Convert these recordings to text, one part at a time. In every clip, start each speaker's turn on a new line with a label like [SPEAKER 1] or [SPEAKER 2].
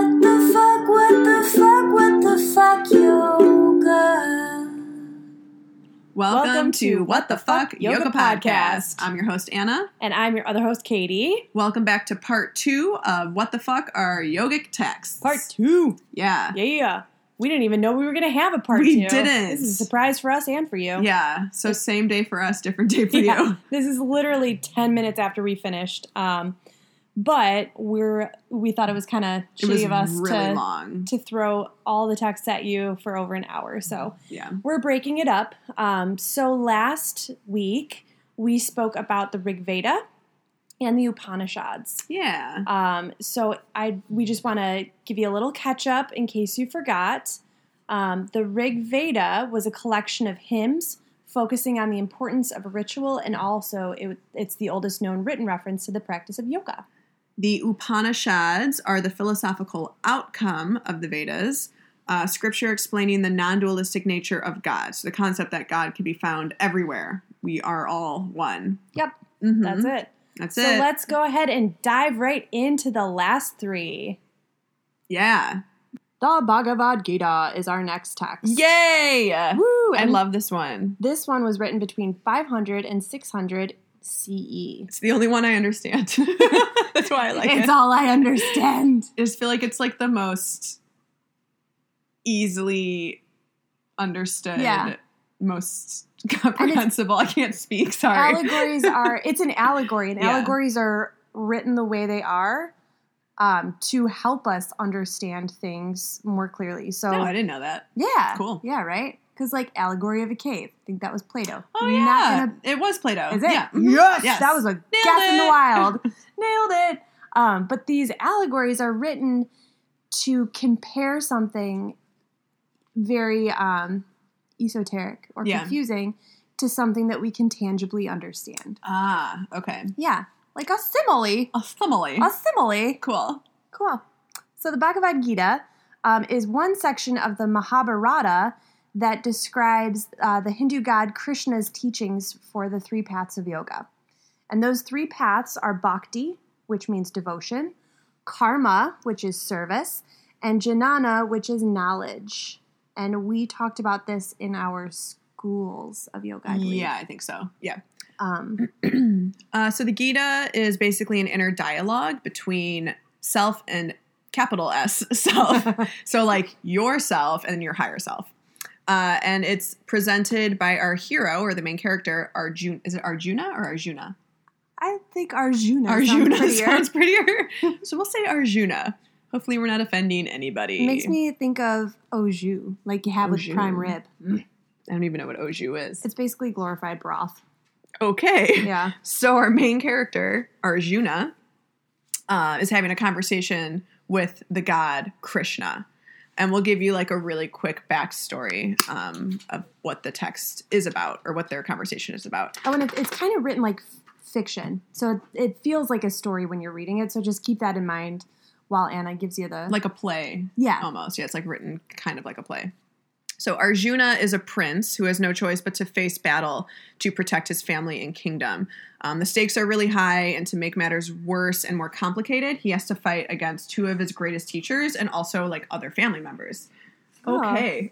[SPEAKER 1] fuck, what the fuck, what the fuck, yoga.
[SPEAKER 2] Welcome,
[SPEAKER 3] Welcome
[SPEAKER 2] to,
[SPEAKER 3] to
[SPEAKER 2] What the Fuck Yoga, Podcast. I'm your host, Anna.
[SPEAKER 3] And I'm your other host, Katie.
[SPEAKER 2] Welcome back to part two of What the Fuck Are Yogic Texts.
[SPEAKER 3] Part two.
[SPEAKER 2] Yeah.
[SPEAKER 3] Yeah. We didn't even know we were going to have a part
[SPEAKER 2] We
[SPEAKER 3] two.
[SPEAKER 2] didn't.
[SPEAKER 3] This is a surprise for us and for you.
[SPEAKER 2] Yeah. So same day for us, different day for
[SPEAKER 3] Yeah.
[SPEAKER 2] you.
[SPEAKER 3] This is literally 10 minutes after we finished. Um, but we're we thought it was kind of
[SPEAKER 2] It
[SPEAKER 3] shitty
[SPEAKER 2] was
[SPEAKER 3] of us
[SPEAKER 2] really
[SPEAKER 3] to,
[SPEAKER 2] long.
[SPEAKER 3] to throw all the texts at you for over an hour. So
[SPEAKER 2] Yeah.
[SPEAKER 3] we're breaking it up. Um, so last week we spoke about the Rig Veda and the Upanishads.
[SPEAKER 2] Yeah.
[SPEAKER 3] Um, so I we just want to give you a little catch up in case you forgot. Um, the Rig Veda was a collection of hymns focusing on the importance of ritual, and also it, it's the oldest known written reference to the practice of yoga.
[SPEAKER 2] The Upanishads are the philosophical outcome of the Vedas, uh, scripture explaining the non dualistic nature of God. So, the concept that God can be found everywhere. We are all one.
[SPEAKER 3] Yep,
[SPEAKER 2] Mhm.
[SPEAKER 3] Mm-hmm. that's it.
[SPEAKER 2] That's
[SPEAKER 3] so
[SPEAKER 2] it.
[SPEAKER 3] let's go ahead and dive right into the last three.
[SPEAKER 2] yeah.
[SPEAKER 3] The Bhagavad Gita is our next text.
[SPEAKER 2] Yay!
[SPEAKER 3] Woo!
[SPEAKER 2] I
[SPEAKER 3] and
[SPEAKER 2] love this one.
[SPEAKER 3] this one was written between 500 and 600 CE.
[SPEAKER 2] It's the only one I understand. That's why I like
[SPEAKER 3] E. it's
[SPEAKER 2] it.
[SPEAKER 3] all I understand.
[SPEAKER 2] I just feel like it's like the most easily understood,
[SPEAKER 3] Yeah.
[SPEAKER 2] most comprehensible. I can't speak. Sorry.
[SPEAKER 3] allegories are it's an allegory and
[SPEAKER 2] Yeah.
[SPEAKER 3] allegories are written the way they are um, to help us understand things more clearly so
[SPEAKER 2] no, I didn't know that.
[SPEAKER 3] yeah
[SPEAKER 2] Cool.
[SPEAKER 3] yeah right because like allegory of a cave i think that was plato
[SPEAKER 2] Oh
[SPEAKER 3] Not
[SPEAKER 2] yeah,
[SPEAKER 3] gonna-
[SPEAKER 2] it was Plato.
[SPEAKER 3] is it Mm-hmm.
[SPEAKER 2] Yeah.
[SPEAKER 3] yes!
[SPEAKER 2] Yes.
[SPEAKER 3] that was a guess in the
[SPEAKER 2] it.
[SPEAKER 3] wild nailed it um, but these allegories are written to compare something very um, esoteric or
[SPEAKER 2] Yeah.
[SPEAKER 3] confusing to something that we can tangibly understand
[SPEAKER 2] Ah, okay.
[SPEAKER 3] yeah, like a simile.
[SPEAKER 2] A simile.
[SPEAKER 3] A simile.
[SPEAKER 2] cool.
[SPEAKER 3] Cool. So the Bhagavad Gita um, is one section of the Mahabharata that describes uh, the Hindu god Krishna's teachings for the three paths of yoga. And those three paths are bhakti, which means devotion, karma, which is service, and jnana, which is knowledge. And we talked about this in our schools of yoga, I believe.
[SPEAKER 2] yeah, I think so. Yeah.
[SPEAKER 3] Um,
[SPEAKER 2] Uh, so the Gita is basically an inner dialogue between self and capital S self. so like yourself and your higher self. Uh, and it's presented by our hero or the main character, Arjuna. Is it Arjuna or Arjuna?
[SPEAKER 3] I think Arjuna. sounds
[SPEAKER 2] Arjuna sounds
[SPEAKER 3] prettier.
[SPEAKER 2] prettier. so we'll say Arjuna. Hopefully, we're not offending anybody.
[SPEAKER 3] It makes me think of au jus, like you have
[SPEAKER 2] Au
[SPEAKER 3] with prime
[SPEAKER 2] jus.
[SPEAKER 3] rib.
[SPEAKER 2] I don't even know what Oju is.
[SPEAKER 3] It's basically glorified broth.
[SPEAKER 2] okay.
[SPEAKER 3] Yeah.
[SPEAKER 2] So our main character, Arjuna, uh, is having a conversation with the god Krishna, and we'll give you like a really quick backstory um, of what the text is about or what their conversation is about.
[SPEAKER 3] Oh, and it, it's kind of written like f- fiction, so it, it feels like a story when you're reading it. So just keep that in mind while Anna gives you the
[SPEAKER 2] Like a play,
[SPEAKER 3] yeah.
[SPEAKER 2] almost. Yeah, it's like written kind of like a play. So Arjuna is a prince who has no choice but to face battle to protect his family and kingdom. Um, the stakes are really high, and to make matters worse and more complicated, he has to fight against two of his greatest teachers and also like other family members.
[SPEAKER 3] Oh.
[SPEAKER 2] Okay,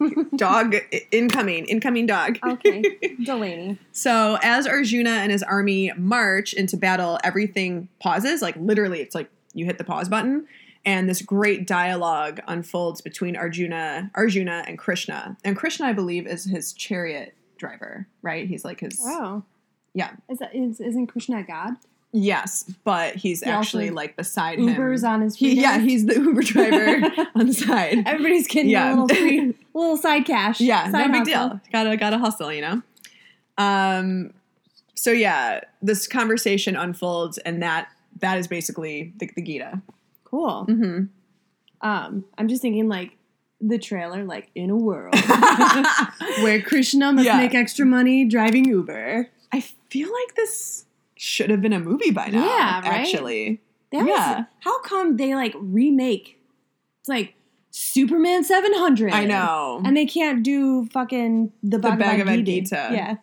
[SPEAKER 2] dog i- incoming, incoming dog.
[SPEAKER 3] Okay, Delaney.
[SPEAKER 2] So as Arjuna and his army march into battle, everything pauses. Like literally, it's like you hit the pause button, and this great dialogue unfolds between Arjuna, Arjuna and Krishna. And Krishna, I believe, is his chariot driver, right? He's like his
[SPEAKER 3] Oh,
[SPEAKER 2] Yeah.
[SPEAKER 3] Is that is, isn't Krishna a god?
[SPEAKER 2] yes, but he's
[SPEAKER 3] He also
[SPEAKER 2] actually like beside
[SPEAKER 3] Uber's
[SPEAKER 2] him.
[SPEAKER 3] on his free
[SPEAKER 2] He, yeah,
[SPEAKER 3] days?
[SPEAKER 2] he's the Uber driver on the side.
[SPEAKER 3] Everybody's getting
[SPEAKER 2] Yeah.
[SPEAKER 3] a little free, little side cash.
[SPEAKER 2] Yeah,
[SPEAKER 3] side
[SPEAKER 2] no big
[SPEAKER 3] hustle.
[SPEAKER 2] deal. Gotta gotta hustle, you know. Um, so yeah, this conversation unfolds, and that that is basically the, the Gita.
[SPEAKER 3] Cool.
[SPEAKER 2] hmm
[SPEAKER 3] Um, I'm just thinking like the trailer, like in a world.
[SPEAKER 2] I
[SPEAKER 3] where Krishna must
[SPEAKER 2] Yeah.
[SPEAKER 3] make extra money driving Uber.
[SPEAKER 2] feel like this should have been a movie by now.
[SPEAKER 3] Yeah, right?
[SPEAKER 2] actually,
[SPEAKER 3] That was-
[SPEAKER 2] Yeah.
[SPEAKER 3] how come they like remake? It's like Superman 700.
[SPEAKER 2] I know.
[SPEAKER 3] And they can't do fucking the Bhagavad,
[SPEAKER 2] Bhagavad
[SPEAKER 3] Gita.
[SPEAKER 2] Gita.
[SPEAKER 3] Yeah.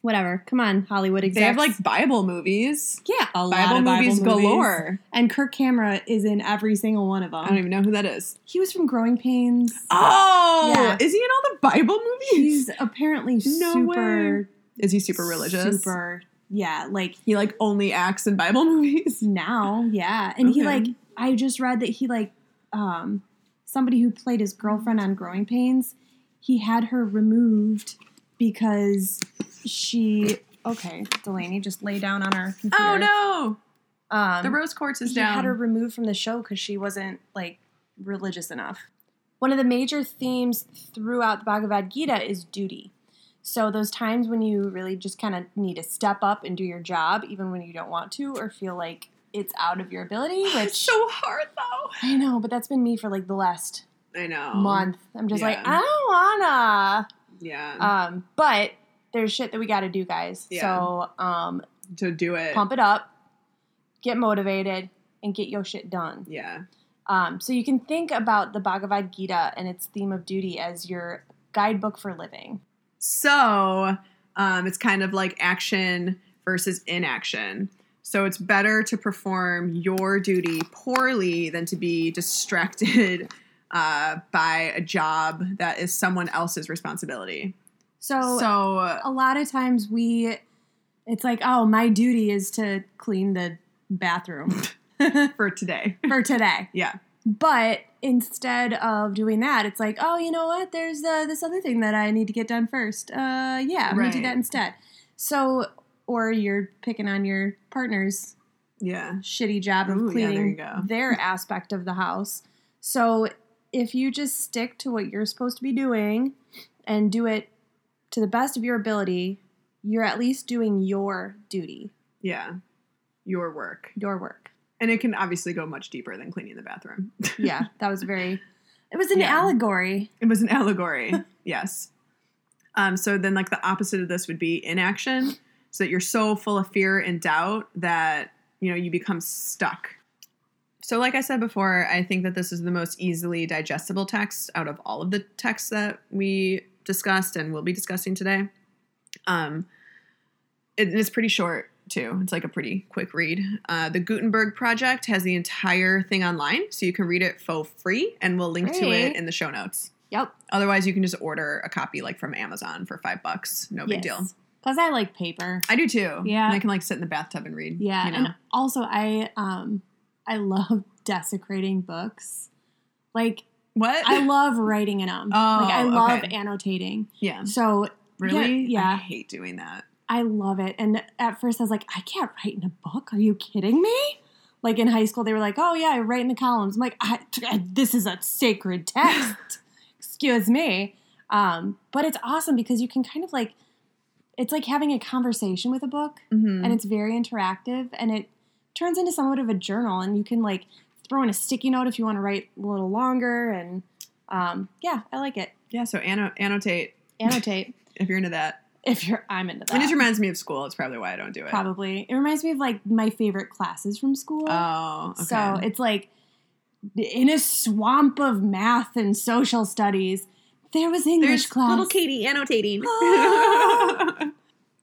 [SPEAKER 3] whatever. Come on, Hollywood execs.
[SPEAKER 2] They have like Bible movies.
[SPEAKER 3] yeah, a lot
[SPEAKER 2] Bible
[SPEAKER 3] of
[SPEAKER 2] movies
[SPEAKER 3] Bible movies.
[SPEAKER 2] galore.
[SPEAKER 3] And Kirk Camera is in every single one of them.
[SPEAKER 2] I don't even know who that is.
[SPEAKER 3] he was from Growing Pains.
[SPEAKER 2] Oh,
[SPEAKER 3] Yeah.
[SPEAKER 2] is he in all the Bible movies?
[SPEAKER 3] He's apparently
[SPEAKER 2] No
[SPEAKER 3] super
[SPEAKER 2] is he super religious?
[SPEAKER 3] Super, yeah. Like
[SPEAKER 2] He like only acts in Bible movies.
[SPEAKER 3] now, yeah. And he
[SPEAKER 2] Okay.
[SPEAKER 3] like I just read that he like um somebody who played his girlfriend on Growing Pains, he had her removed because she okay, Delaney just lay down on our computer.
[SPEAKER 2] Oh no,
[SPEAKER 3] Um
[SPEAKER 2] the rose quartz is
[SPEAKER 3] he had
[SPEAKER 2] down.
[SPEAKER 3] her removed from the show because she wasn't like religious enough. One of the major themes throughout the Bhagavad Gita is duty. So those times when you really just kind of need to step up and do your job, even when you don't want to or feel like it's out of your ability,
[SPEAKER 2] it's
[SPEAKER 3] which
[SPEAKER 2] so hard though.
[SPEAKER 3] I know, but that's been me for like the last
[SPEAKER 2] I know.
[SPEAKER 3] month. I'm just like,
[SPEAKER 2] yeah.
[SPEAKER 3] I don't wanna.
[SPEAKER 2] Yeah.
[SPEAKER 3] Um, but there's shit that we got to do, guys.
[SPEAKER 2] Yeah.
[SPEAKER 3] So um,
[SPEAKER 2] to do it.
[SPEAKER 3] pump it up, get motivated, and get your shit done.
[SPEAKER 2] Yeah.
[SPEAKER 3] Um, so you can think about the Bhagavad Gita and its theme of duty as your guidebook for living.
[SPEAKER 2] So um, it's kind of like action versus inaction. So it's better to perform your duty poorly than to be distracted uh, by a job that is someone else's responsibility.
[SPEAKER 3] So,
[SPEAKER 2] so uh,
[SPEAKER 3] a lot of times we, it's like, oh, my duty is to clean the bathroom
[SPEAKER 2] for today,
[SPEAKER 3] for today.
[SPEAKER 2] yeah,
[SPEAKER 3] But instead of doing that, it's like, oh, you know what? There's uh, this other thing that I need to get done first. Uh, yeah, I'm gonna do
[SPEAKER 2] Right.
[SPEAKER 3] that instead. So, or you're picking on your partner's
[SPEAKER 2] yeah,
[SPEAKER 3] shitty job of
[SPEAKER 2] Ooh, yeah, there
[SPEAKER 3] cleaning
[SPEAKER 2] you go.
[SPEAKER 3] their aspect of the house. So if you just stick to what you're supposed to be doing and do it to the best of your ability, you're at least doing your duty,
[SPEAKER 2] yeah, your work,
[SPEAKER 3] your work.
[SPEAKER 2] and it can obviously go much deeper than cleaning the bathroom.
[SPEAKER 3] Yeah, that was very it was an
[SPEAKER 2] Yeah.
[SPEAKER 3] allegory.
[SPEAKER 2] It was an allegory. yes. Um, so then, like the opposite of this would be inaction, so that you're so full of fear and doubt that you know you become stuck. So, like I said before, I think that this is the most easily digestible text out of all of the texts that we discussed and will be discussing today. Um, it- it's pretty short too. It's like a pretty quick read. Uh, the Gutenberg Project has the entire thing online, so you can read it for free, and we'll link to
[SPEAKER 3] Great.
[SPEAKER 2] it in the show notes.
[SPEAKER 3] Yep.
[SPEAKER 2] Otherwise, you can just order a copy like from Amazon for five bucks. No big deal.
[SPEAKER 3] Plus I like paper.
[SPEAKER 2] I do too.
[SPEAKER 3] Yeah.
[SPEAKER 2] And I can like sit in the bathtub and read.
[SPEAKER 3] Yeah,
[SPEAKER 2] You know?
[SPEAKER 3] and also I um I love desecrating books. Like
[SPEAKER 2] what?
[SPEAKER 3] I love writing in them.
[SPEAKER 2] Oh,
[SPEAKER 3] like I love
[SPEAKER 2] okay.
[SPEAKER 3] annotating.
[SPEAKER 2] yeah.
[SPEAKER 3] So
[SPEAKER 2] Really?
[SPEAKER 3] yeah.
[SPEAKER 2] I hate doing that.
[SPEAKER 3] I love it. And at first I was like, I can't write in a book. Are you kidding me? Like in high school, they were like, oh, yeah, I write in the columns. I'm like, I, this is a sacred text. Excuse me. Um, but it's awesome because you can kind of like, it's like having a conversation with a book
[SPEAKER 2] Mhm.
[SPEAKER 3] and it's very interactive and it turns into somewhat of a journal and you can like throw in a sticky note if you want to write a little longer. And um, yeah, I like it.
[SPEAKER 2] yeah. So anno- annotate
[SPEAKER 3] Annotate
[SPEAKER 2] if you're into that.
[SPEAKER 3] if you're, I'm into that.
[SPEAKER 2] And it just reminds me of school. It's probably why I don't do it.
[SPEAKER 3] Uh, Probably. It reminds me of like my favorite classes from school.
[SPEAKER 2] Oh. Okay.
[SPEAKER 3] So it's like in a swamp of math and social studies, there was English
[SPEAKER 2] There's
[SPEAKER 3] class.
[SPEAKER 2] little Katie annotating.
[SPEAKER 3] Ah.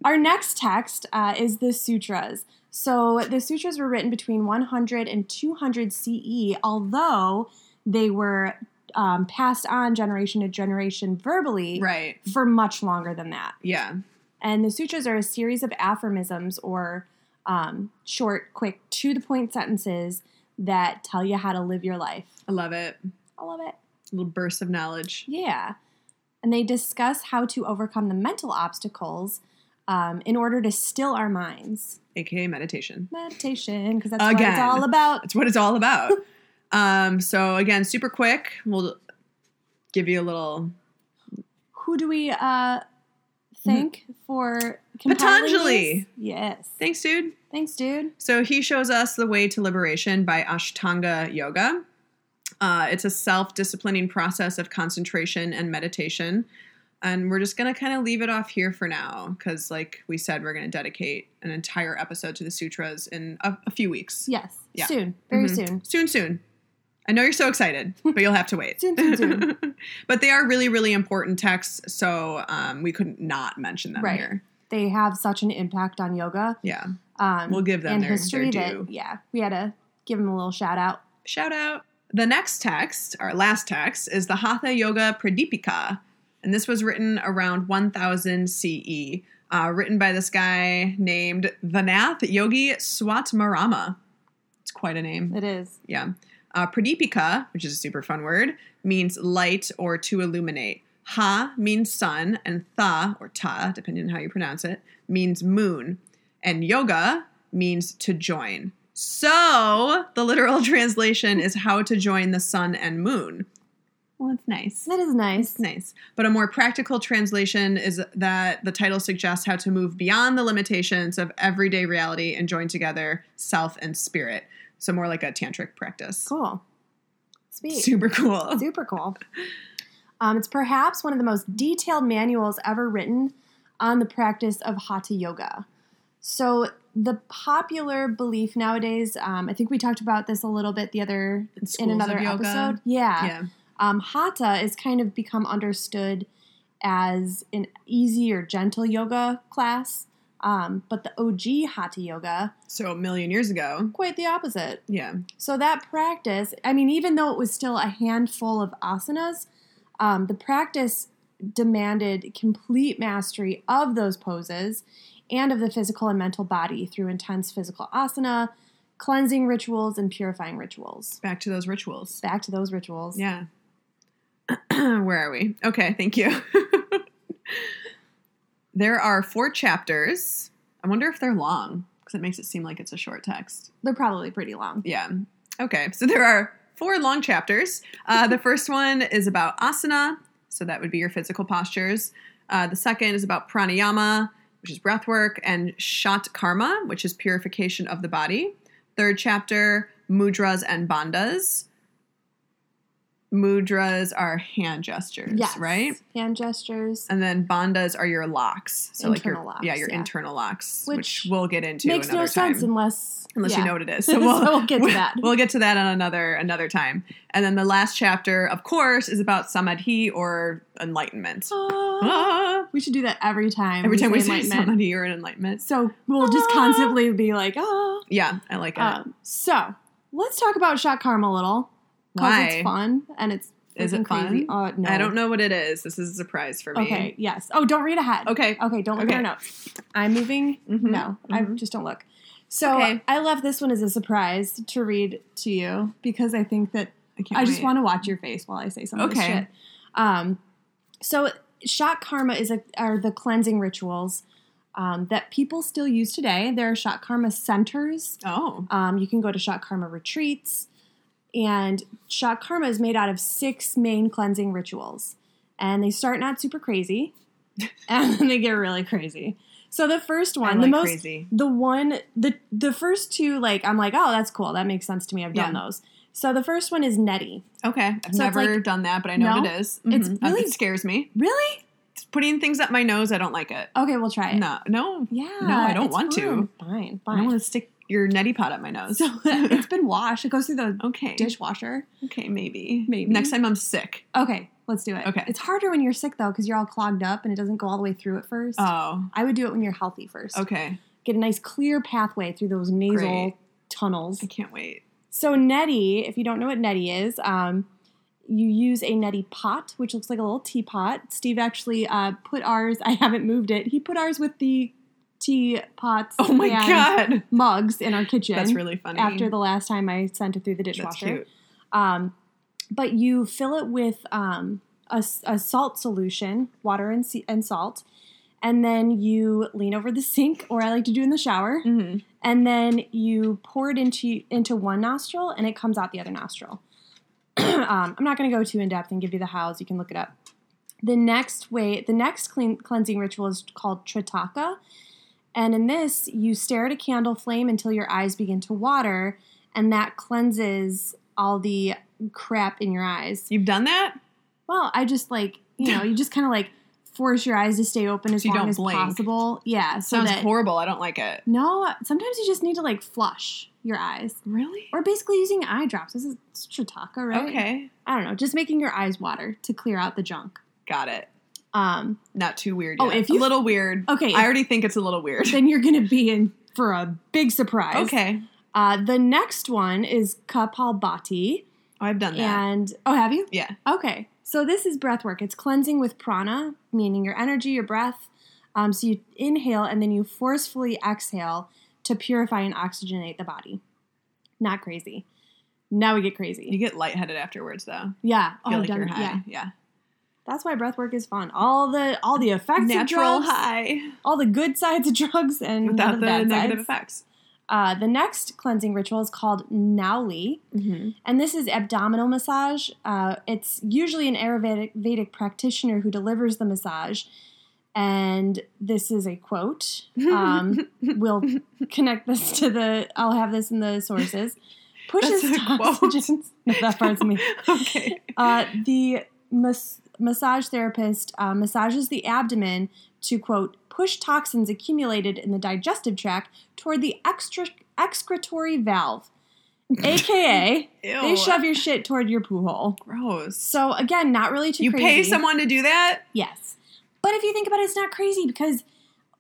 [SPEAKER 3] Our next text uh, is the sutras. So the sutras were written between 100 and 200 CE, E, although they were um, passed on generation to generation verbally
[SPEAKER 2] right.
[SPEAKER 3] for much longer than that.
[SPEAKER 2] Yeah.
[SPEAKER 3] And the sutras are a series of aphorisms or um, short, quick, to the point sentences that tell you how to live your life.
[SPEAKER 2] I love it.
[SPEAKER 3] I love it.
[SPEAKER 2] little bursts of knowledge.
[SPEAKER 3] Yeah. And they discuss how to overcome the mental obstacles um, in order to still our minds.
[SPEAKER 2] AKA meditation.
[SPEAKER 3] Meditation, because that's what it's
[SPEAKER 2] Again.
[SPEAKER 3] all about.
[SPEAKER 2] That's what it's all about. um, so again, super quick. We'll give you a little
[SPEAKER 3] Who do we uh, thank for compiling
[SPEAKER 2] Patanjali.
[SPEAKER 3] these? Yes.
[SPEAKER 2] thanks, dude.
[SPEAKER 3] Thanks, dude.
[SPEAKER 2] So he shows us the way to liberation by Ashtanga Yoga. Uh, it's a self disciplining process of concentration and meditation. And we're just going to kind of leave it off here for now because, like we said, we're going to dedicate an entire episode to the sutras in a, a few weeks.
[SPEAKER 3] Yes.
[SPEAKER 2] Yeah.
[SPEAKER 3] Soon. Very
[SPEAKER 2] Mhm.
[SPEAKER 3] soon.
[SPEAKER 2] Soon, soon. I know you're so excited, but you'll have to wait.
[SPEAKER 3] Soon, soon, soon.
[SPEAKER 2] but they are really, really important texts, so um, we couldn't not mention them
[SPEAKER 3] Right.
[SPEAKER 2] here.
[SPEAKER 3] they have such an impact on yoga.
[SPEAKER 2] Yeah.
[SPEAKER 3] Um,
[SPEAKER 2] We'll give them
[SPEAKER 3] and
[SPEAKER 2] their-
[SPEAKER 3] history
[SPEAKER 2] their due.
[SPEAKER 3] that yeah, we had to give them a little shout out.
[SPEAKER 2] Shout out. The next text, our last text, is the Hatha Yoga Pradipika. And this was written around 1000 CE, uh, written by this guy named Vanath Yogi Swatmarama. It's quite a name.
[SPEAKER 3] It is
[SPEAKER 2] Yeah. Uh, Pradipika, which is a super fun word, means light or to illuminate. Ha means sun, and tha or ta, depending on how you pronounce it, means moon. And yoga means to join. So the literal translation is how to join the sun and moon. Well, it's nice.
[SPEAKER 3] that is nice.
[SPEAKER 2] It's nice. But a more practical translation is that the title suggests how to move beyond the limitations of everyday reality and join together self and spirit. So more like a tantric practice.
[SPEAKER 3] Cool, sweet,
[SPEAKER 2] Super cool.
[SPEAKER 3] super cool. Um, it's perhaps one of the most detailed manuals ever written on the practice of hatha yoga. So the popular belief nowadays, um, I think we talked about this a little bit the other in
[SPEAKER 2] Schools
[SPEAKER 3] another
[SPEAKER 2] of yoga.
[SPEAKER 3] episode.
[SPEAKER 2] Yeah.
[SPEAKER 3] um, hatha is kind of become understood as an easy or gentle yoga class um, but the og hatha yoga
[SPEAKER 2] So a million years ago.
[SPEAKER 3] quite the opposite
[SPEAKER 2] Yeah.
[SPEAKER 3] so that practice i mean even though it was still a handful of asanas um, the practice demanded complete mastery of those poses and of the physical and mental body through intense physical asana cleansing rituals and purifying rituals
[SPEAKER 2] Back to those rituals.
[SPEAKER 3] back to those rituals
[SPEAKER 2] Yeah. Where are we? Okay, thank you. there are four chapters. I wonder if they're long because it makes it seem like it's a short text.
[SPEAKER 3] they're probably pretty long
[SPEAKER 2] Yeah. Okay. So there are four long chapters. Uh, the first one is about asana. So that would be your physical postures. Uh, the second is about pranayama, which is breath work, and shat karma, which is purification of the body. Third chapter, mudras and bandhas. Mudras are hand gestures,
[SPEAKER 3] Yes.
[SPEAKER 2] right?
[SPEAKER 3] Hand gestures.
[SPEAKER 2] And then bandhas are your locks. So like your
[SPEAKER 3] Internal locks,
[SPEAKER 2] yeah, your
[SPEAKER 3] yeah.
[SPEAKER 2] internal locks, which,
[SPEAKER 3] Which
[SPEAKER 2] we'll get into
[SPEAKER 3] Makes no
[SPEAKER 2] another time
[SPEAKER 3] sense unless
[SPEAKER 2] unless you
[SPEAKER 3] yeah.
[SPEAKER 2] know what it is.
[SPEAKER 3] So
[SPEAKER 2] So we'll,
[SPEAKER 3] we'll get to
[SPEAKER 2] we-
[SPEAKER 3] that.
[SPEAKER 2] We'll get to that on another another time. And then the last chapter, of course, is about samadhi or enlightenment.
[SPEAKER 3] Ah.
[SPEAKER 2] Ah.
[SPEAKER 3] we should do that every time.
[SPEAKER 2] Every time we say
[SPEAKER 3] enlightenment.
[SPEAKER 2] samadhi or enlightenment.
[SPEAKER 3] So we'll just
[SPEAKER 2] Ah.
[SPEAKER 3] constantly be like, ah.
[SPEAKER 2] Yeah, I like it.
[SPEAKER 3] Um, so let's talk about shot karma a little. 'cause
[SPEAKER 2] Why
[SPEAKER 3] It's fun and it's
[SPEAKER 2] is it
[SPEAKER 3] freaking
[SPEAKER 2] fun?
[SPEAKER 3] crazy. Uh, no.
[SPEAKER 2] I don't know what it is. This is a surprise for me.
[SPEAKER 3] Okay. Yes. Oh, don't read ahead.
[SPEAKER 2] Okay.
[SPEAKER 3] Okay. Don't look
[SPEAKER 2] Okay.
[SPEAKER 3] at our notes. I'm moving.
[SPEAKER 2] Mhm.
[SPEAKER 3] No, I
[SPEAKER 2] Mhm.
[SPEAKER 3] just don't look. So
[SPEAKER 2] Okay.
[SPEAKER 3] I left this one as a surprise to read to you because I think that
[SPEAKER 2] I, can't
[SPEAKER 3] I just
[SPEAKER 2] wait.
[SPEAKER 3] want to watch your face while I say some of this
[SPEAKER 2] Okay.
[SPEAKER 3] shit. Um, so shot karma is a, are the cleansing rituals um, that people still use today. There are shot karma centers.
[SPEAKER 2] Oh.
[SPEAKER 3] Um, you can go to shot karma retreats, and shot karma is made out of six main cleansing rituals, and they start not super crazy, and then they get really crazy. So the first
[SPEAKER 2] I
[SPEAKER 3] one,
[SPEAKER 2] like
[SPEAKER 3] the most
[SPEAKER 2] crazy.
[SPEAKER 3] the one the the first two like I'm like oh that's cool that makes sense to me I've done
[SPEAKER 2] Yeah.
[SPEAKER 3] those. So the first one is neti.
[SPEAKER 2] Okay. I've
[SPEAKER 3] it's
[SPEAKER 2] never
[SPEAKER 3] like-
[SPEAKER 2] done that, but I know
[SPEAKER 3] No?
[SPEAKER 2] what it is.
[SPEAKER 3] It's
[SPEAKER 2] Mhm.
[SPEAKER 3] really-
[SPEAKER 2] it scares me.
[SPEAKER 3] Really?
[SPEAKER 2] It's putting things up my nose, I don't like it.
[SPEAKER 3] Okay, we'll try it.
[SPEAKER 2] No. No.
[SPEAKER 3] Yeah.
[SPEAKER 2] No, I don't
[SPEAKER 3] it's
[SPEAKER 2] want to.
[SPEAKER 3] fine. Fine,
[SPEAKER 2] I don't
[SPEAKER 3] fine.
[SPEAKER 2] want to stick your neti pot up my nose.
[SPEAKER 3] So it's been washed. It goes through the
[SPEAKER 2] okay.
[SPEAKER 3] dishwasher.
[SPEAKER 2] Okay, maybe.
[SPEAKER 3] Maybe.
[SPEAKER 2] Next time I'm sick.
[SPEAKER 3] Okay, let's do it.
[SPEAKER 2] Okay.
[SPEAKER 3] It's harder when you're sick though because you're all clogged up and it doesn't go all the way through at first.
[SPEAKER 2] Oh,
[SPEAKER 3] I would do it when you're healthy first.
[SPEAKER 2] okay.
[SPEAKER 3] Get a nice clear pathway through those nasal
[SPEAKER 2] Great.
[SPEAKER 3] tunnels.
[SPEAKER 2] I can't wait.
[SPEAKER 3] So neti, if you don't know what neti is, um, you use a neti pot, which looks like a little teapot. Steve actually uh, put ours. I haven't moved it. He put ours with the teapots.
[SPEAKER 2] Oh my
[SPEAKER 3] and
[SPEAKER 2] god.
[SPEAKER 3] Mugs in our kitchen.
[SPEAKER 2] That's really funny.
[SPEAKER 3] After the last time I sent it through the
[SPEAKER 2] That's
[SPEAKER 3] dishwasher.
[SPEAKER 2] cute.
[SPEAKER 3] Um, but you fill it with um, a, s- a salt solution, water and, se- and salt, and then you lean over the sink, or I like to do in the shower
[SPEAKER 2] Mhm.
[SPEAKER 3] and then you pour it into into one nostril and it comes out the other nostril. um, I'm not going to go too in depth and give you the hows. You can look it up. The next way, the next clean, cleansing ritual is called Tritaka, and in this, you stare at a candle flame until your eyes begin to water, and that cleanses all the crap in your eyes.
[SPEAKER 2] You've done that?
[SPEAKER 3] Well, I just like you know, you just kind of like force your eyes to stay open as
[SPEAKER 2] So you
[SPEAKER 3] long
[SPEAKER 2] don't
[SPEAKER 3] as
[SPEAKER 2] blink.
[SPEAKER 3] possible. Yeah, so
[SPEAKER 2] Sounds
[SPEAKER 3] that
[SPEAKER 2] horrible. I don't like it.
[SPEAKER 3] no, sometimes you just need to like flush your eyes.
[SPEAKER 2] Really?
[SPEAKER 3] Or basically using eye drops. This is shiitake, right?
[SPEAKER 2] Okay.
[SPEAKER 3] I don't know. Just making your eyes water to clear out the junk.
[SPEAKER 2] Got it.
[SPEAKER 3] Um,
[SPEAKER 2] Not too weird.
[SPEAKER 3] Oh,
[SPEAKER 2] yet.
[SPEAKER 3] if you-
[SPEAKER 2] a little weird.
[SPEAKER 3] Okay,
[SPEAKER 2] I
[SPEAKER 3] if-
[SPEAKER 2] already think it's a little weird.
[SPEAKER 3] then you're going to be in for a big surprise.
[SPEAKER 2] Okay,
[SPEAKER 3] Uh, the next one is Kapalbhati.
[SPEAKER 2] oh, I've done that.
[SPEAKER 3] And, oh, have you?
[SPEAKER 2] yeah,
[SPEAKER 3] Okay. So this is breath work. It's cleansing with prana, meaning your energy, your breath. Um, so you inhale and then you forcefully exhale to purify and oxygenate the body. Not crazy. Now we get
[SPEAKER 2] you
[SPEAKER 3] crazy.
[SPEAKER 2] get lightheaded afterwards though.
[SPEAKER 3] Yeah.
[SPEAKER 2] Feel like
[SPEAKER 3] Oh, done-
[SPEAKER 2] you're high.
[SPEAKER 3] Yeah.
[SPEAKER 2] Yeah,
[SPEAKER 3] That's why breath work is fun. All the all the effects
[SPEAKER 2] natural
[SPEAKER 3] of drugs,
[SPEAKER 2] high
[SPEAKER 3] all the good sides of drugs, and none
[SPEAKER 2] without
[SPEAKER 3] of
[SPEAKER 2] the
[SPEAKER 3] bad
[SPEAKER 2] negative
[SPEAKER 3] sides.
[SPEAKER 2] effects.
[SPEAKER 3] Uh, the next cleansing ritual is called Nauli.
[SPEAKER 2] Mm-hmm.
[SPEAKER 3] And this is abdominal massage. Uh, it's usually an Ayurvedic Vedic practitioner who delivers the massage. And this is a quote. Um, we'll connect this to the, I'll have this in the sources. Pushes
[SPEAKER 2] That's a
[SPEAKER 3] to
[SPEAKER 2] quote.
[SPEAKER 3] oxygen. No, that part's me.
[SPEAKER 2] okay.
[SPEAKER 3] Uh, the mas- massage therapist uh, massages the abdomen to, quote, push toxins accumulated in the digestive tract toward the extra- excretory valve, aka.
[SPEAKER 2] Ew.
[SPEAKER 3] They shove your shit toward your poo hole.
[SPEAKER 2] Gross.
[SPEAKER 3] So again, not really too
[SPEAKER 2] You
[SPEAKER 3] crazy.
[SPEAKER 2] pay someone to do that?
[SPEAKER 3] Yes. But if you think about it, it's not crazy because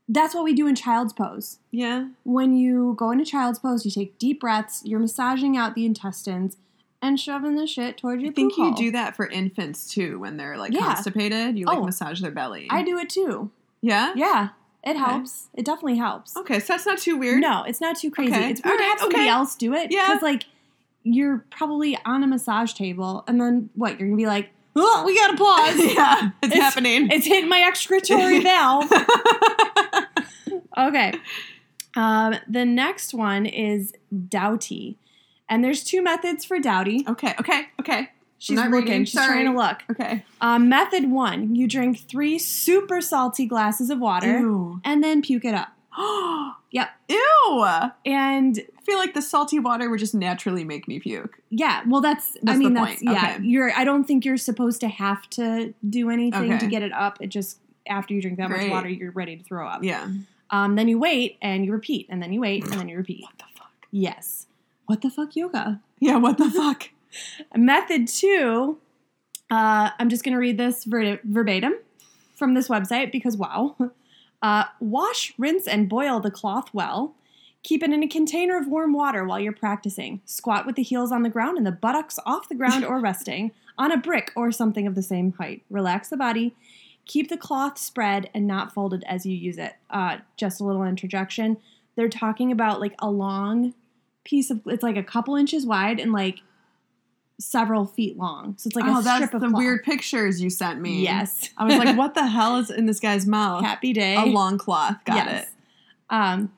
[SPEAKER 3] that's what we do in child's pose.
[SPEAKER 2] Yeah.
[SPEAKER 3] When you go into child's pose, you take deep breaths, you're massaging out the intestines and shoving the shit toward your
[SPEAKER 2] I think
[SPEAKER 3] poo
[SPEAKER 2] you
[SPEAKER 3] hole.
[SPEAKER 2] do that for infants too when they're like
[SPEAKER 3] Yeah.
[SPEAKER 2] constipated. You like
[SPEAKER 3] Oh.
[SPEAKER 2] massage their belly.
[SPEAKER 3] I do it too.
[SPEAKER 2] Yeah?
[SPEAKER 3] Yeah. It
[SPEAKER 2] Okay.
[SPEAKER 3] helps. It definitely helps.
[SPEAKER 2] Okay, so that's not too weird.
[SPEAKER 3] No, it's not too crazy.
[SPEAKER 2] Okay.
[SPEAKER 3] It's weird to
[SPEAKER 2] Alright,
[SPEAKER 3] have somebody
[SPEAKER 2] okay.
[SPEAKER 3] else do it.
[SPEAKER 2] Yeah.
[SPEAKER 3] Because like you're probably on a massage table and then what, you're gonna be like, Oh, we gotta pause.
[SPEAKER 2] yeah, it's,
[SPEAKER 3] It's-
[SPEAKER 2] happening.
[SPEAKER 3] It's hitting my excretory valve. okay. Um, the next one is Doughty. And there's two methods for Doughty.
[SPEAKER 2] okay, okay, okay,
[SPEAKER 3] She's
[SPEAKER 2] Oh, not
[SPEAKER 3] looking.
[SPEAKER 2] reading,
[SPEAKER 3] She's
[SPEAKER 2] sorry.
[SPEAKER 3] trying to look.
[SPEAKER 2] okay.
[SPEAKER 3] Um, method one, you drink three super salty glasses of water
[SPEAKER 2] Ew.
[SPEAKER 3] and then puke it up. Yep.
[SPEAKER 2] Ew. I
[SPEAKER 3] And
[SPEAKER 2] feel like the salty water would just naturally make me puke.
[SPEAKER 3] yeah, well that's, I
[SPEAKER 2] That's
[SPEAKER 3] mean
[SPEAKER 2] the
[SPEAKER 3] that's
[SPEAKER 2] point.
[SPEAKER 3] yeah.
[SPEAKER 2] Okay.
[SPEAKER 3] You're I don't think you're supposed to have to do anything to
[SPEAKER 2] Okay.
[SPEAKER 3] get it up. It just after you drink that much
[SPEAKER 2] Great.
[SPEAKER 3] water, you're ready to throw up.
[SPEAKER 2] Yeah.
[SPEAKER 3] Um, then you wait and you repeat, and then you wait and then you repeat.
[SPEAKER 2] What the fuck?
[SPEAKER 3] Yes. What the fuck yoga?
[SPEAKER 2] Yeah, what the fuck?
[SPEAKER 3] Method two, uh, I'm just going to read this ver- verbatim from this website because wow. Uh, wash, rinse, and boil the cloth well. Keep it in a container of warm water while you're practicing. Squat with the heels on the ground and the buttocks off the ground or resting on a brick or something of the same height. Relax the body. Keep the cloth spread and not folded as you use it. Uh, just a little interjection. They're talking about like a long piece of it's like a couple inches wide and like several feet long. So it's like
[SPEAKER 2] oh,
[SPEAKER 3] a
[SPEAKER 2] that's
[SPEAKER 3] strip of
[SPEAKER 2] the
[SPEAKER 3] cloth.
[SPEAKER 2] weird pictures you sent me.
[SPEAKER 3] Yes.
[SPEAKER 2] I was like, what the hell is in this guy's mouth?
[SPEAKER 3] Happy day.
[SPEAKER 2] A long cloth. Got it.
[SPEAKER 3] Um,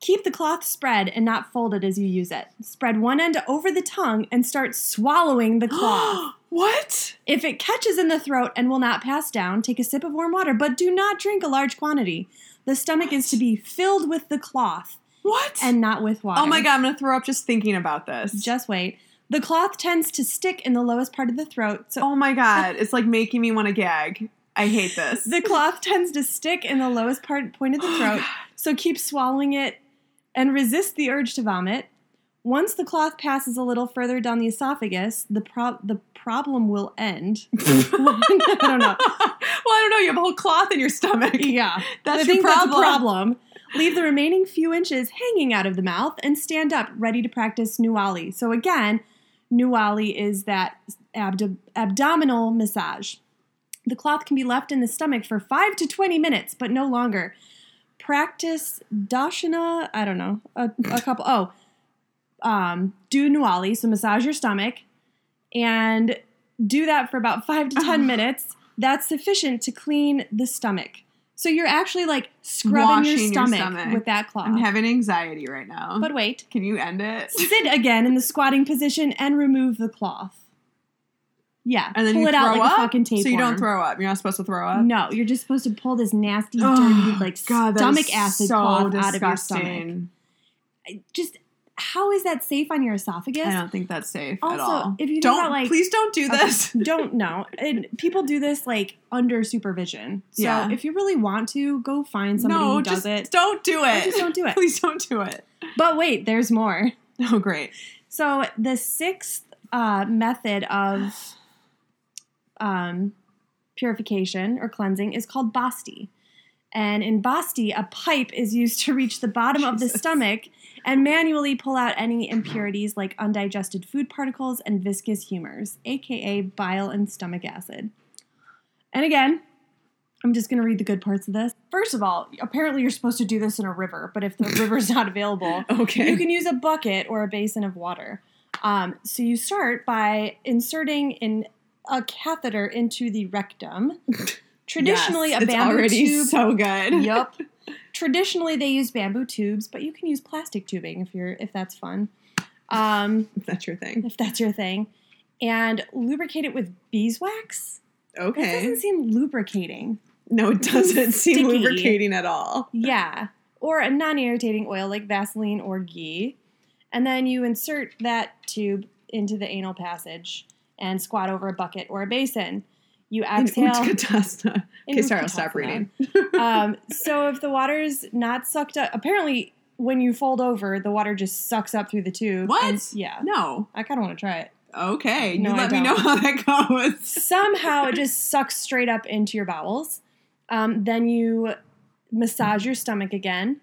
[SPEAKER 3] keep the cloth spread and not folded as you use it. Spread one end over the tongue and start swallowing the cloth.
[SPEAKER 2] what?
[SPEAKER 3] if it catches in the throat and will not pass down, take a sip of warm water, but do not drink a large quantity. The stomach is to be filled with the cloth
[SPEAKER 2] What?
[SPEAKER 3] and not with water.
[SPEAKER 2] Oh my god, I'm gonna throw up just thinking about this.
[SPEAKER 3] Just wait. The cloth tends to stick in the lowest part of the throat, so
[SPEAKER 2] oh my god, it's like making me want to gag. I hate this.
[SPEAKER 3] The cloth tends to stick in the lowest part point of the throat, so keep swallowing it and resist the urge to vomit. Once the cloth passes a little further down the esophagus, the pro- the problem will end. I don't know.
[SPEAKER 2] well, I don't know. You have a whole cloth in your stomach.
[SPEAKER 3] Yeah, I
[SPEAKER 2] That's your
[SPEAKER 3] think
[SPEAKER 2] problem.
[SPEAKER 3] that's a problem. Leave the remaining few inches hanging out of the mouth and stand up, ready to practice nuwali. So again, nuwali is that abdo- abdominal massage. The cloth can be left in the stomach for five to twenty minutes, but no longer. Practice dashana. I don't know a, a couple. Oh, um, do nuwali. So massage your stomach, and do that for about five to ten minutes. That's sufficient to clean the stomach. So you're actually like scrubbing your
[SPEAKER 2] Washing your
[SPEAKER 3] stomach,
[SPEAKER 2] stomach.
[SPEAKER 3] with that cloth.
[SPEAKER 2] I'm having anxiety right now.
[SPEAKER 3] Ah. but wait,
[SPEAKER 2] can you end it?
[SPEAKER 3] sit again in the squatting position and remove the cloth. Yeah,
[SPEAKER 2] And then
[SPEAKER 3] pull
[SPEAKER 2] you
[SPEAKER 3] it
[SPEAKER 2] throw
[SPEAKER 3] out like
[SPEAKER 2] up.
[SPEAKER 3] a fucking tapeworm.
[SPEAKER 2] So you don't throw up. You're not supposed to throw up.
[SPEAKER 3] No, you're just supposed to pull this nasty, dirty,
[SPEAKER 2] Oh,
[SPEAKER 3] like
[SPEAKER 2] God, that is
[SPEAKER 3] stomach acid
[SPEAKER 2] so
[SPEAKER 3] cloth out of your stomach.
[SPEAKER 2] disgusting.
[SPEAKER 3] Just how is that safe on your esophagus?
[SPEAKER 2] I don't think that's safe at
[SPEAKER 3] Also,
[SPEAKER 2] all.
[SPEAKER 3] if you think
[SPEAKER 2] don't,
[SPEAKER 3] about, like-
[SPEAKER 2] please don't do this.
[SPEAKER 3] don't know. And people do this like under supervision. So
[SPEAKER 2] Yeah.
[SPEAKER 3] if you really want to, go find somebody
[SPEAKER 2] no,
[SPEAKER 3] who does
[SPEAKER 2] just
[SPEAKER 3] it.
[SPEAKER 2] don't do
[SPEAKER 3] Or
[SPEAKER 2] it.
[SPEAKER 3] just don't do it.
[SPEAKER 2] Please don't do it.
[SPEAKER 3] But wait, there's more.
[SPEAKER 2] Oh, great.
[SPEAKER 3] So the sixth uh, method of um, purification or cleansing is called basti. And in basti, a pipe is used to reach the bottom of the
[SPEAKER 2] Jesus.
[SPEAKER 3] stomach and manually pull out any impurities like undigested food particles and viscous humors, aka bile and stomach acid. And again, I'm just going to read the good parts of this. First of all, apparently you're supposed to do this in a river, but if the river's not available,
[SPEAKER 2] Okay.
[SPEAKER 3] you can use a bucket or a basin of water. Um, so you start by inserting in a catheter into the rectum. Traditionally,
[SPEAKER 2] Yes,
[SPEAKER 3] a
[SPEAKER 2] it's
[SPEAKER 3] bamboo
[SPEAKER 2] already
[SPEAKER 3] tube.
[SPEAKER 2] so good.
[SPEAKER 3] Yup. Traditionally, they use bamboo tubes, but you can use plastic tubing if you're if that's fun, um,
[SPEAKER 2] That's your thing.
[SPEAKER 3] if that's your thing, and lubricate it with beeswax. That
[SPEAKER 2] Okay.
[SPEAKER 3] doesn't seem lubricating.
[SPEAKER 2] No, it doesn't seem
[SPEAKER 3] Sticky.
[SPEAKER 2] lubricating at all.
[SPEAKER 3] Yeah. Or a non irritating oil like Vaseline or ghee. And then you insert that tube into the anal passage and squat over a bucket or a basin. You
[SPEAKER 2] In
[SPEAKER 3] exhale.
[SPEAKER 2] Utkatasana. Okay, sorry, I'll stop reading.
[SPEAKER 3] um, so if the water's not sucked up, apparently when you fold over, the water just sucks up through the tube.
[SPEAKER 2] What?
[SPEAKER 3] and- yeah.
[SPEAKER 2] No.
[SPEAKER 3] I kind of want to try it.
[SPEAKER 2] Okay.
[SPEAKER 3] No,
[SPEAKER 2] you
[SPEAKER 3] I
[SPEAKER 2] let me
[SPEAKER 3] don't.
[SPEAKER 2] know how that goes.
[SPEAKER 3] Somehow it just sucks straight up into your bowels. Um, then you massage your stomach again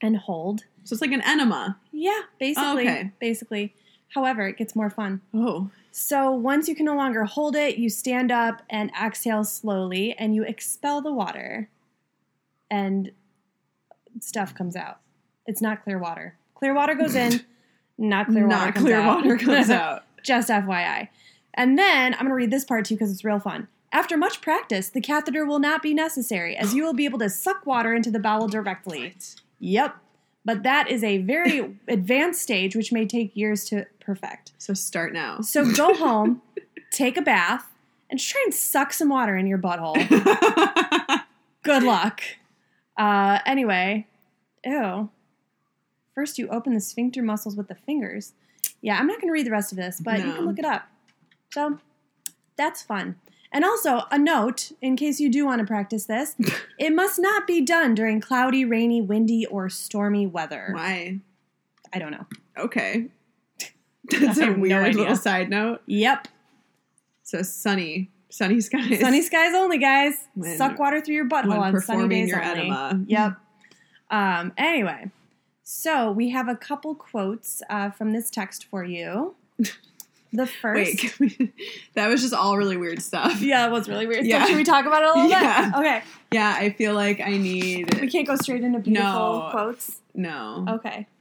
[SPEAKER 3] and hold.
[SPEAKER 2] So it's like an enema.
[SPEAKER 3] Yeah, basically.
[SPEAKER 2] okay.
[SPEAKER 3] Basically. However, it gets more fun.
[SPEAKER 2] Oh.
[SPEAKER 3] So once you can no longer hold it, you stand up and exhale slowly and you expel the water and stuff comes out. It's not clear water. Clear water goes in, not clear water
[SPEAKER 2] not
[SPEAKER 3] comes
[SPEAKER 2] clear
[SPEAKER 3] out.
[SPEAKER 2] water comes out.
[SPEAKER 3] Just FYI. And then I'm going to read this part to you because it's real fun. After much practice, the catheter will not be necessary as you will be able to suck water into the bowel directly. Yep. But that is a very advanced stage, which may take years to perfect.
[SPEAKER 2] So start now.
[SPEAKER 3] So go home, take a bath, and try and suck some water in your butthole. Good luck. Uh, anyway, ew. First, you open the sphincter muscles with the fingers. Yeah, I'm not going to read the rest of this, but you
[SPEAKER 2] No.
[SPEAKER 3] can look it up. So that's fun. And also, a note in case you do want to practice this it must not be done during cloudy, rainy, windy, or stormy weather.
[SPEAKER 2] Why?
[SPEAKER 3] I don't know.
[SPEAKER 2] Okay. That's
[SPEAKER 3] I
[SPEAKER 2] a
[SPEAKER 3] have no
[SPEAKER 2] weird
[SPEAKER 3] idea.
[SPEAKER 2] little side note.
[SPEAKER 3] Yep.
[SPEAKER 2] So sunny, sunny skies.
[SPEAKER 3] Sunny skies only, guys.
[SPEAKER 2] When-
[SPEAKER 3] Suck water through your butthole
[SPEAKER 2] when
[SPEAKER 3] on sunny
[SPEAKER 2] performing
[SPEAKER 3] days
[SPEAKER 2] your
[SPEAKER 3] only.
[SPEAKER 2] enema.
[SPEAKER 3] Yep. Um, anyway, so we have a couple quotes uh, from this text for you. The first.
[SPEAKER 2] Wait, can we- that was just all really weird stuff.
[SPEAKER 3] Yeah, it was really weird.
[SPEAKER 2] Yeah.
[SPEAKER 3] So should we talk about it a little
[SPEAKER 2] Yeah.
[SPEAKER 3] bit? Okay.
[SPEAKER 2] Yeah, I feel like I
[SPEAKER 3] We
[SPEAKER 2] need
[SPEAKER 3] can't go straight into beautiful
[SPEAKER 2] No.
[SPEAKER 3] quotes.
[SPEAKER 2] no.
[SPEAKER 3] Okay.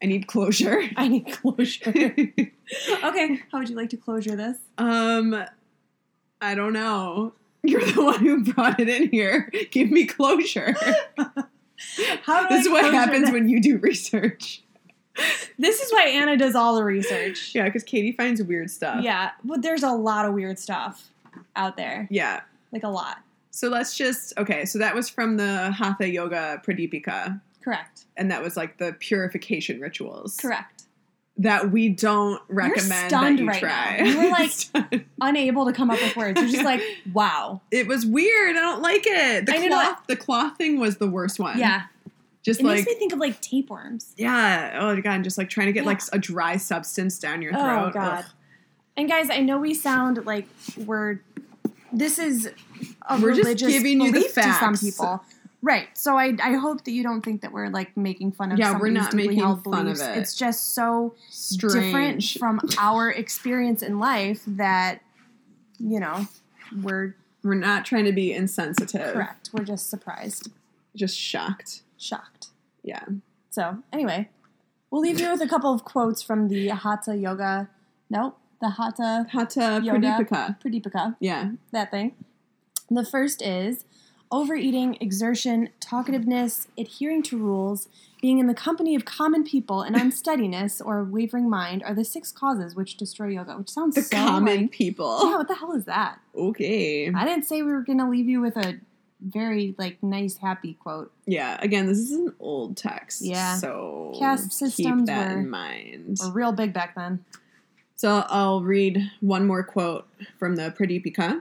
[SPEAKER 2] I need closure.
[SPEAKER 3] I need closure. okay. How would you like to closure this?
[SPEAKER 2] um, I don't know. You're the one who brought it in here. Give me closure.
[SPEAKER 3] How do
[SPEAKER 2] this is
[SPEAKER 3] I
[SPEAKER 2] what
[SPEAKER 3] closure
[SPEAKER 2] happens
[SPEAKER 3] this?
[SPEAKER 2] when you do research.
[SPEAKER 3] This is why Anna does all the research.
[SPEAKER 2] Yeah, because Katie finds weird stuff.
[SPEAKER 3] Yeah. But there's a lot of weird stuff out there.
[SPEAKER 2] Yeah.
[SPEAKER 3] Like a lot.
[SPEAKER 2] So let's just okay. So that was from the Hatha Yoga Pradipika,
[SPEAKER 3] Correct.
[SPEAKER 2] and that was like the purification rituals.
[SPEAKER 3] Correct.
[SPEAKER 2] That we don't recommend
[SPEAKER 3] stunned
[SPEAKER 2] that you
[SPEAKER 3] right
[SPEAKER 2] try.
[SPEAKER 3] now. You were like-
[SPEAKER 2] Stunned.
[SPEAKER 3] Unable to come up with words. You're just like, wow.
[SPEAKER 2] it was weird. I don't like it. The
[SPEAKER 3] I know.
[SPEAKER 2] cloth, the cloth thing was the worst one.
[SPEAKER 3] Yeah.
[SPEAKER 2] just
[SPEAKER 3] It
[SPEAKER 2] like
[SPEAKER 3] makes me think of like tapeworms.
[SPEAKER 2] Yeah. Oh god, and just like trying to get
[SPEAKER 3] Yeah.
[SPEAKER 2] like a dry substance down your throat.
[SPEAKER 3] Oh god.
[SPEAKER 2] Ugh.
[SPEAKER 3] And guys, I know we sound like we're this is a
[SPEAKER 2] We're just
[SPEAKER 3] religious
[SPEAKER 2] giving you the
[SPEAKER 3] belief to some
[SPEAKER 2] facts.
[SPEAKER 3] people. Right. So I I hope that you don't think that we're like making fun of
[SPEAKER 2] Yeah, we're
[SPEAKER 3] somebody's
[SPEAKER 2] not
[SPEAKER 3] deeply
[SPEAKER 2] making
[SPEAKER 3] held
[SPEAKER 2] fun of
[SPEAKER 3] beliefs.
[SPEAKER 2] it.
[SPEAKER 3] It's just so different
[SPEAKER 2] Strange.
[SPEAKER 3] from our experience in life that you know, we're
[SPEAKER 2] We're not trying to be insensitive.
[SPEAKER 3] correct. We're just surprised,
[SPEAKER 2] Just shocked.
[SPEAKER 3] shocked.
[SPEAKER 2] Yeah.
[SPEAKER 3] So, anyway, we'll leave you with a couple of quotes from the Hatha Yoga. Nope, the Hatha
[SPEAKER 2] Hatha
[SPEAKER 3] Yoga.
[SPEAKER 2] Pradipika.
[SPEAKER 3] Pradipika,
[SPEAKER 2] Yeah.
[SPEAKER 3] that thing. The first is overeating, exertion, talkativeness, adhering to rules, being in the company of common people, and unsteadiness or wavering mind are the six causes which destroy yoga, which sounds
[SPEAKER 2] The
[SPEAKER 3] so
[SPEAKER 2] common
[SPEAKER 3] like- yeah,
[SPEAKER 2] people.
[SPEAKER 3] what the hell is that?
[SPEAKER 2] Okay.
[SPEAKER 3] I didn't say we were going to leave you with a very like nice happy quote.
[SPEAKER 2] Yeah. Again, this is an old text.
[SPEAKER 3] Yeah.
[SPEAKER 2] So
[SPEAKER 3] Caste
[SPEAKER 2] keep
[SPEAKER 3] systems
[SPEAKER 2] that
[SPEAKER 3] were-
[SPEAKER 2] in mind.
[SPEAKER 3] We're real big back then.
[SPEAKER 2] So I'll read one more quote from the Pradipika.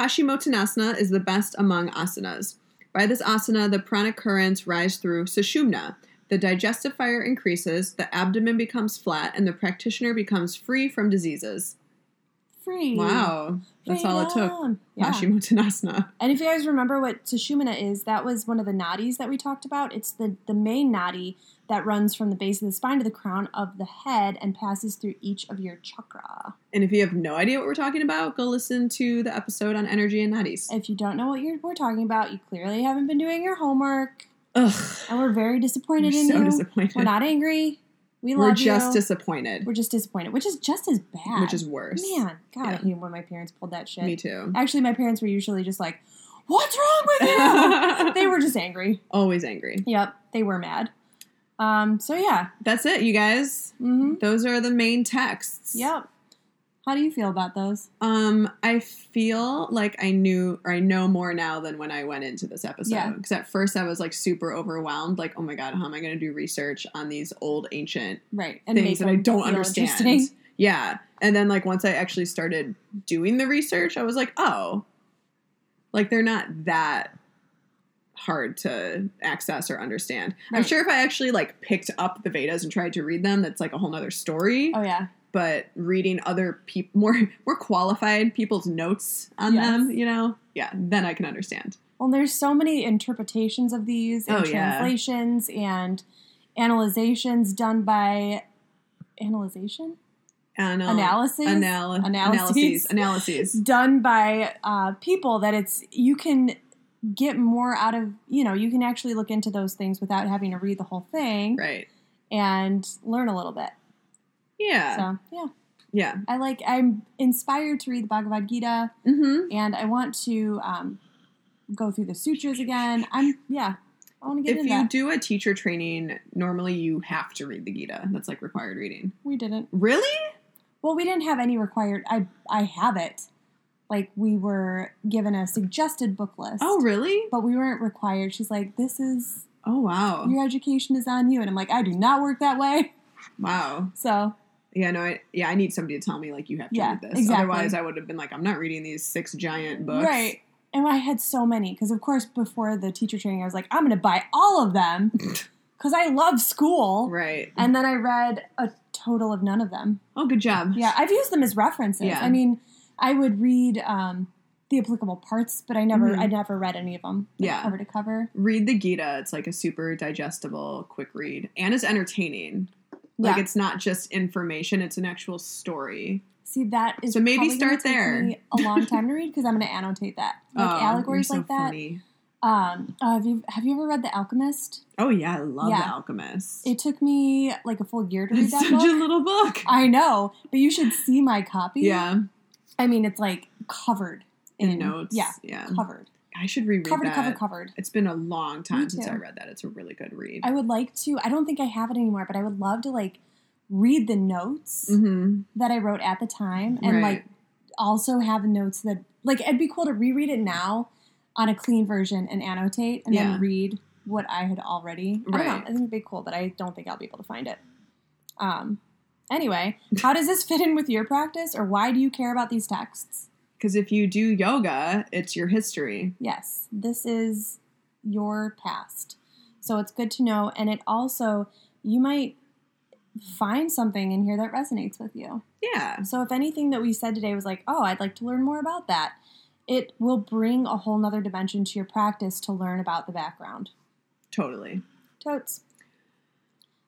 [SPEAKER 2] Paschimottanasana is the best among asanas. By this asana, the prana currents rise through sushumna. The digestive fire increases, the abdomen becomes flat, and the practitioner becomes free from diseases.
[SPEAKER 3] free.
[SPEAKER 2] Wow. That's all it took.
[SPEAKER 3] Freedom. Yeah.
[SPEAKER 2] Mashimo Tanasana.
[SPEAKER 3] And if you guys remember what Tsushimina is, that was one of the nadis that we talked about. It's the, the main nadi that runs from the base of the spine to the crown of the head and passes through each of your chakra.
[SPEAKER 2] And if you have no idea what we're talking about, go listen to the episode on energy and nadis.
[SPEAKER 3] If you don't know what you're, we're talking about, you clearly haven't been doing your homework.
[SPEAKER 2] Ugh.
[SPEAKER 3] And we're very disappointed
[SPEAKER 2] We're
[SPEAKER 3] in
[SPEAKER 2] so
[SPEAKER 3] you.
[SPEAKER 2] disappointed.
[SPEAKER 3] We're not angry. We love
[SPEAKER 2] We're just
[SPEAKER 3] you.
[SPEAKER 2] disappointed,
[SPEAKER 3] we're just disappointed, which is just as bad.
[SPEAKER 2] which is worse.
[SPEAKER 3] Man, God, I
[SPEAKER 2] Yeah.
[SPEAKER 3] hate when my parents pulled that shit.
[SPEAKER 2] Me too.
[SPEAKER 3] Actually, my parents were usually just like, "What's wrong with you?" they were just angry.
[SPEAKER 2] always angry.
[SPEAKER 3] Yep, they were mad. Um. So yeah.
[SPEAKER 2] That's it, you guys.
[SPEAKER 3] Mm-hmm.
[SPEAKER 2] Those are the main texts.
[SPEAKER 3] Yep. How do you feel about those?
[SPEAKER 2] Um, I feel like I knew or I know more now than when I went into this
[SPEAKER 3] Yeah.
[SPEAKER 2] episode. Because at first I was like super overwhelmed, like, oh my god, how am I gonna do research on these old ancient
[SPEAKER 3] Right.
[SPEAKER 2] things that I
[SPEAKER 3] them
[SPEAKER 2] don't
[SPEAKER 3] feel
[SPEAKER 2] understand?
[SPEAKER 3] interesting.
[SPEAKER 2] Yeah. And then like once I actually started doing the research, I was like, oh, like they're not that hard to access or understand. I'm
[SPEAKER 3] Right.
[SPEAKER 2] sure if I actually like picked up the Vedas and tried to read them, that's like a whole nother story
[SPEAKER 3] Oh yeah.
[SPEAKER 2] but reading other people more more qualified people's notes on
[SPEAKER 3] Yes.
[SPEAKER 2] them you know yeah then i can understand
[SPEAKER 3] Well, there's so many interpretations of these and
[SPEAKER 2] Oh, yeah.
[SPEAKER 3] translations and analyzations done by analyzation
[SPEAKER 2] Anal-
[SPEAKER 3] analysis
[SPEAKER 2] um, anal- analyses
[SPEAKER 3] Analyses.
[SPEAKER 2] analyses
[SPEAKER 3] done by uh, people that it's you can get more out of you know you can actually look into those things without having to read the whole thing
[SPEAKER 2] right
[SPEAKER 3] and learn a little bit
[SPEAKER 2] yeah
[SPEAKER 3] so yeah
[SPEAKER 2] yeah
[SPEAKER 3] i like i'm inspired to read the bhagavad gita
[SPEAKER 2] hmm
[SPEAKER 3] and i want to um, go through the sutras again i'm yeah i want to get
[SPEAKER 2] if
[SPEAKER 3] into
[SPEAKER 2] you
[SPEAKER 3] that
[SPEAKER 2] do a teacher training normally you have to read the gita that's like required reading
[SPEAKER 3] we didn't
[SPEAKER 2] really
[SPEAKER 3] Well, we didn't have any required. I I have it. Like we were given a suggested book list.
[SPEAKER 2] oh really
[SPEAKER 3] But we weren't required. She's like, "This is
[SPEAKER 2] oh wow
[SPEAKER 3] your education is on you," and I'm like, "I do not work that way."
[SPEAKER 2] wow
[SPEAKER 3] So
[SPEAKER 2] yeah no I, yeah i need somebody to tell me like you have to
[SPEAKER 3] Yeah,
[SPEAKER 2] read this
[SPEAKER 3] exactly.
[SPEAKER 2] otherwise i would have been like i'm not reading these six giant books
[SPEAKER 3] right, and I had so many because, of course, before the teacher training, I was like, "I'm going to buy all of them because I love school."
[SPEAKER 2] right
[SPEAKER 3] And then I read a total of none of them.
[SPEAKER 2] oh good job
[SPEAKER 3] Yeah, I've used them as references.
[SPEAKER 2] Yeah.
[SPEAKER 3] I mean, I would read um, the applicable parts, but I never,
[SPEAKER 2] Mhm.
[SPEAKER 3] I never read any of them. like,
[SPEAKER 2] Yeah.
[SPEAKER 3] cover to cover.
[SPEAKER 2] read the Gita. It's like a super digestible, quick read, and it's entertaining. Like
[SPEAKER 3] yeah.
[SPEAKER 2] it's not just information; it's an actual story.
[SPEAKER 3] See, that is
[SPEAKER 2] So maybe
[SPEAKER 3] probably gonna
[SPEAKER 2] start
[SPEAKER 3] take
[SPEAKER 2] there.
[SPEAKER 3] me a long time to read because I'm going to annotate that, like
[SPEAKER 2] Oh,
[SPEAKER 3] allegories
[SPEAKER 2] you're so
[SPEAKER 3] like that.
[SPEAKER 2] funny.
[SPEAKER 3] Um, uh, have you have you ever read The Alchemist?
[SPEAKER 2] Oh yeah, I love
[SPEAKER 3] Yeah.
[SPEAKER 2] The Alchemist.
[SPEAKER 3] It took me like a full year to read
[SPEAKER 2] it's
[SPEAKER 3] that
[SPEAKER 2] such
[SPEAKER 3] book.
[SPEAKER 2] a little book.
[SPEAKER 3] I know, but you should see my copy.
[SPEAKER 2] yeah,
[SPEAKER 3] I mean it's like covered in,
[SPEAKER 2] in, notes.
[SPEAKER 3] Yeah,
[SPEAKER 2] yeah.
[SPEAKER 3] covered,
[SPEAKER 2] I should reread
[SPEAKER 3] covered,
[SPEAKER 2] that.
[SPEAKER 3] covered, covered.
[SPEAKER 2] It's been a long time since
[SPEAKER 3] too.
[SPEAKER 2] I read that. It's a really good read.
[SPEAKER 3] I would like to. I don't think I have it anymore, but I would love to like read the notes
[SPEAKER 2] mm-hmm.
[SPEAKER 3] that I wrote at the time and
[SPEAKER 2] Right.
[SPEAKER 3] like also have notes that like it'd be cool to reread it now on a clean version and annotate and
[SPEAKER 2] Yeah.
[SPEAKER 3] then read what I had already. I don't know. I
[SPEAKER 2] Right.
[SPEAKER 3] think it'd be cool, but I don't think I'll be able to find it. Um anyway, how does this fit in with your practice or why do you care about these texts?
[SPEAKER 2] Because if you do yoga, it's your history.
[SPEAKER 3] Yes, this is your past. So it's good to know and it also you might find something in here that resonates with you.
[SPEAKER 2] Yeah,
[SPEAKER 3] So if anything that we said today was like, oh, I'd like to learn more about that, it will bring a whole nother dimension to your practice to learn about the background.
[SPEAKER 2] totally.
[SPEAKER 3] Totes.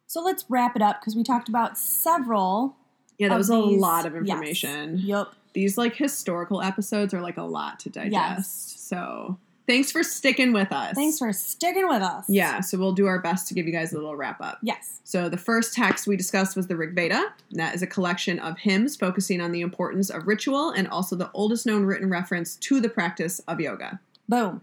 [SPEAKER 3] So let's wrap it up because we talked about several.
[SPEAKER 2] Yeah, that
[SPEAKER 3] of
[SPEAKER 2] was a
[SPEAKER 3] these-
[SPEAKER 2] lot of
[SPEAKER 3] yes.
[SPEAKER 2] information.
[SPEAKER 3] Yup.
[SPEAKER 2] these like historical episodes are like a lot to digest.
[SPEAKER 3] Yes.
[SPEAKER 2] So thanks for sticking with us.
[SPEAKER 3] Thanks for sticking with us.
[SPEAKER 2] Yeah, so we'll do our best to give you guys a little wrap up.
[SPEAKER 3] Yes.
[SPEAKER 2] So the first text we discussed was the Rig Veda. And that is a collection of hymns focusing on the importance of ritual and also the oldest known written reference to the practice of yoga.
[SPEAKER 3] Boom.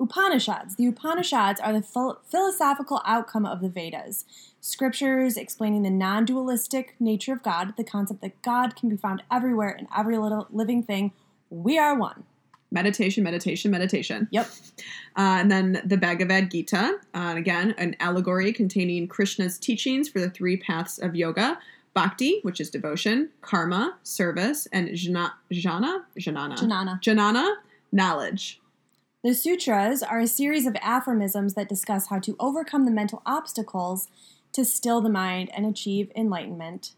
[SPEAKER 3] Upanishads. The Upanishads are the phil- philosophical outcome of the Vedas, scriptures explaining the non dualistic nature of God, the concept that God can be found everywhere in every little living thing. We are one.
[SPEAKER 2] Meditation, meditation, meditation.
[SPEAKER 3] Yep.
[SPEAKER 2] Uh, and then the Bhagavad Gita, uh, again, an allegory containing Krishna's teachings for the three paths of yoga bhakti, which is devotion, karma, service, and jna- jnana, jnana,
[SPEAKER 3] Janana.
[SPEAKER 2] Jnana, knowledge.
[SPEAKER 3] The sutras are a series of aphorisms that discuss how to overcome the mental obstacles to still the mind and achieve enlightenment.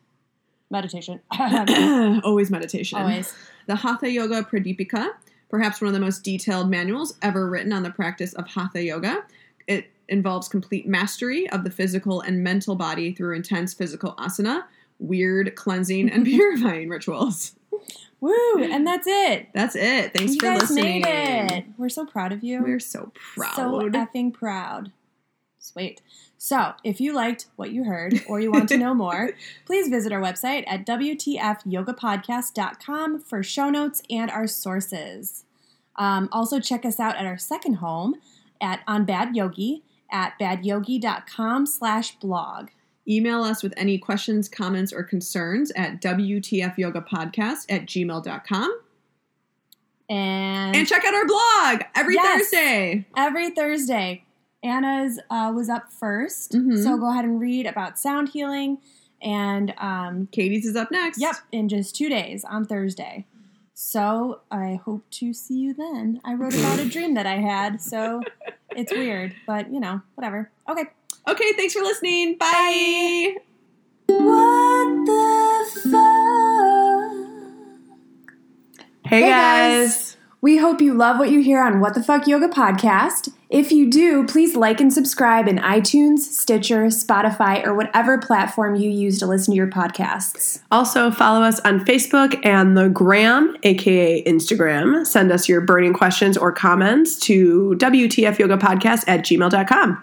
[SPEAKER 3] Meditation.
[SPEAKER 2] Always meditation.
[SPEAKER 3] Always.
[SPEAKER 2] The Hatha Yoga Pradipika, perhaps one of the most detailed manuals ever written on the practice of Hatha Yoga. It involves complete mastery of the physical and mental body through intense physical asana, weird cleansing, and purifying rituals.
[SPEAKER 3] Woo! And that's it.
[SPEAKER 2] That's it. Thanks
[SPEAKER 3] you
[SPEAKER 2] for
[SPEAKER 3] guys
[SPEAKER 2] listening.
[SPEAKER 3] made it. We're so proud of you.
[SPEAKER 2] We're so proud.
[SPEAKER 3] So effing proud. Sweet. So, if you liked what you heard or you want to know more, please visit our website at WTFYogaPodcast.com for show notes and our sources. Um, also, check us out at our second home at on Bad Yogi at badyogi.com slash blog.
[SPEAKER 2] Email us with any questions, comments, or concerns at WTFYogaPodcast at gmail.com.
[SPEAKER 3] And,
[SPEAKER 2] And check out our blog every
[SPEAKER 3] Yes.
[SPEAKER 2] Thursday.
[SPEAKER 3] every Thursday, Anna's uh, was up 1st
[SPEAKER 2] Mhm.
[SPEAKER 3] So go ahead and read about sound healing and um,
[SPEAKER 2] Katie's is up next.
[SPEAKER 3] Yep, in just two days on Thursday. So I hope to see you then. I wrote about a dream that I had, so it's weird, but you know, whatever. Okay.
[SPEAKER 2] Okay, thanks for listening. Bye.
[SPEAKER 1] What the fuck?
[SPEAKER 4] Hey,
[SPEAKER 5] Hey,
[SPEAKER 4] guys.
[SPEAKER 5] guys. We hope you love what you hear on What the Fuck Yoga podcast. If you do, please like and subscribe in iTunes, Stitcher, Spotify, or whatever platform you use to listen to your podcasts.
[SPEAKER 4] Also, follow us on Facebook and the Gram, aka Instagram. Send us your burning questions or comments to WTFYogaPodcast at gmail.com.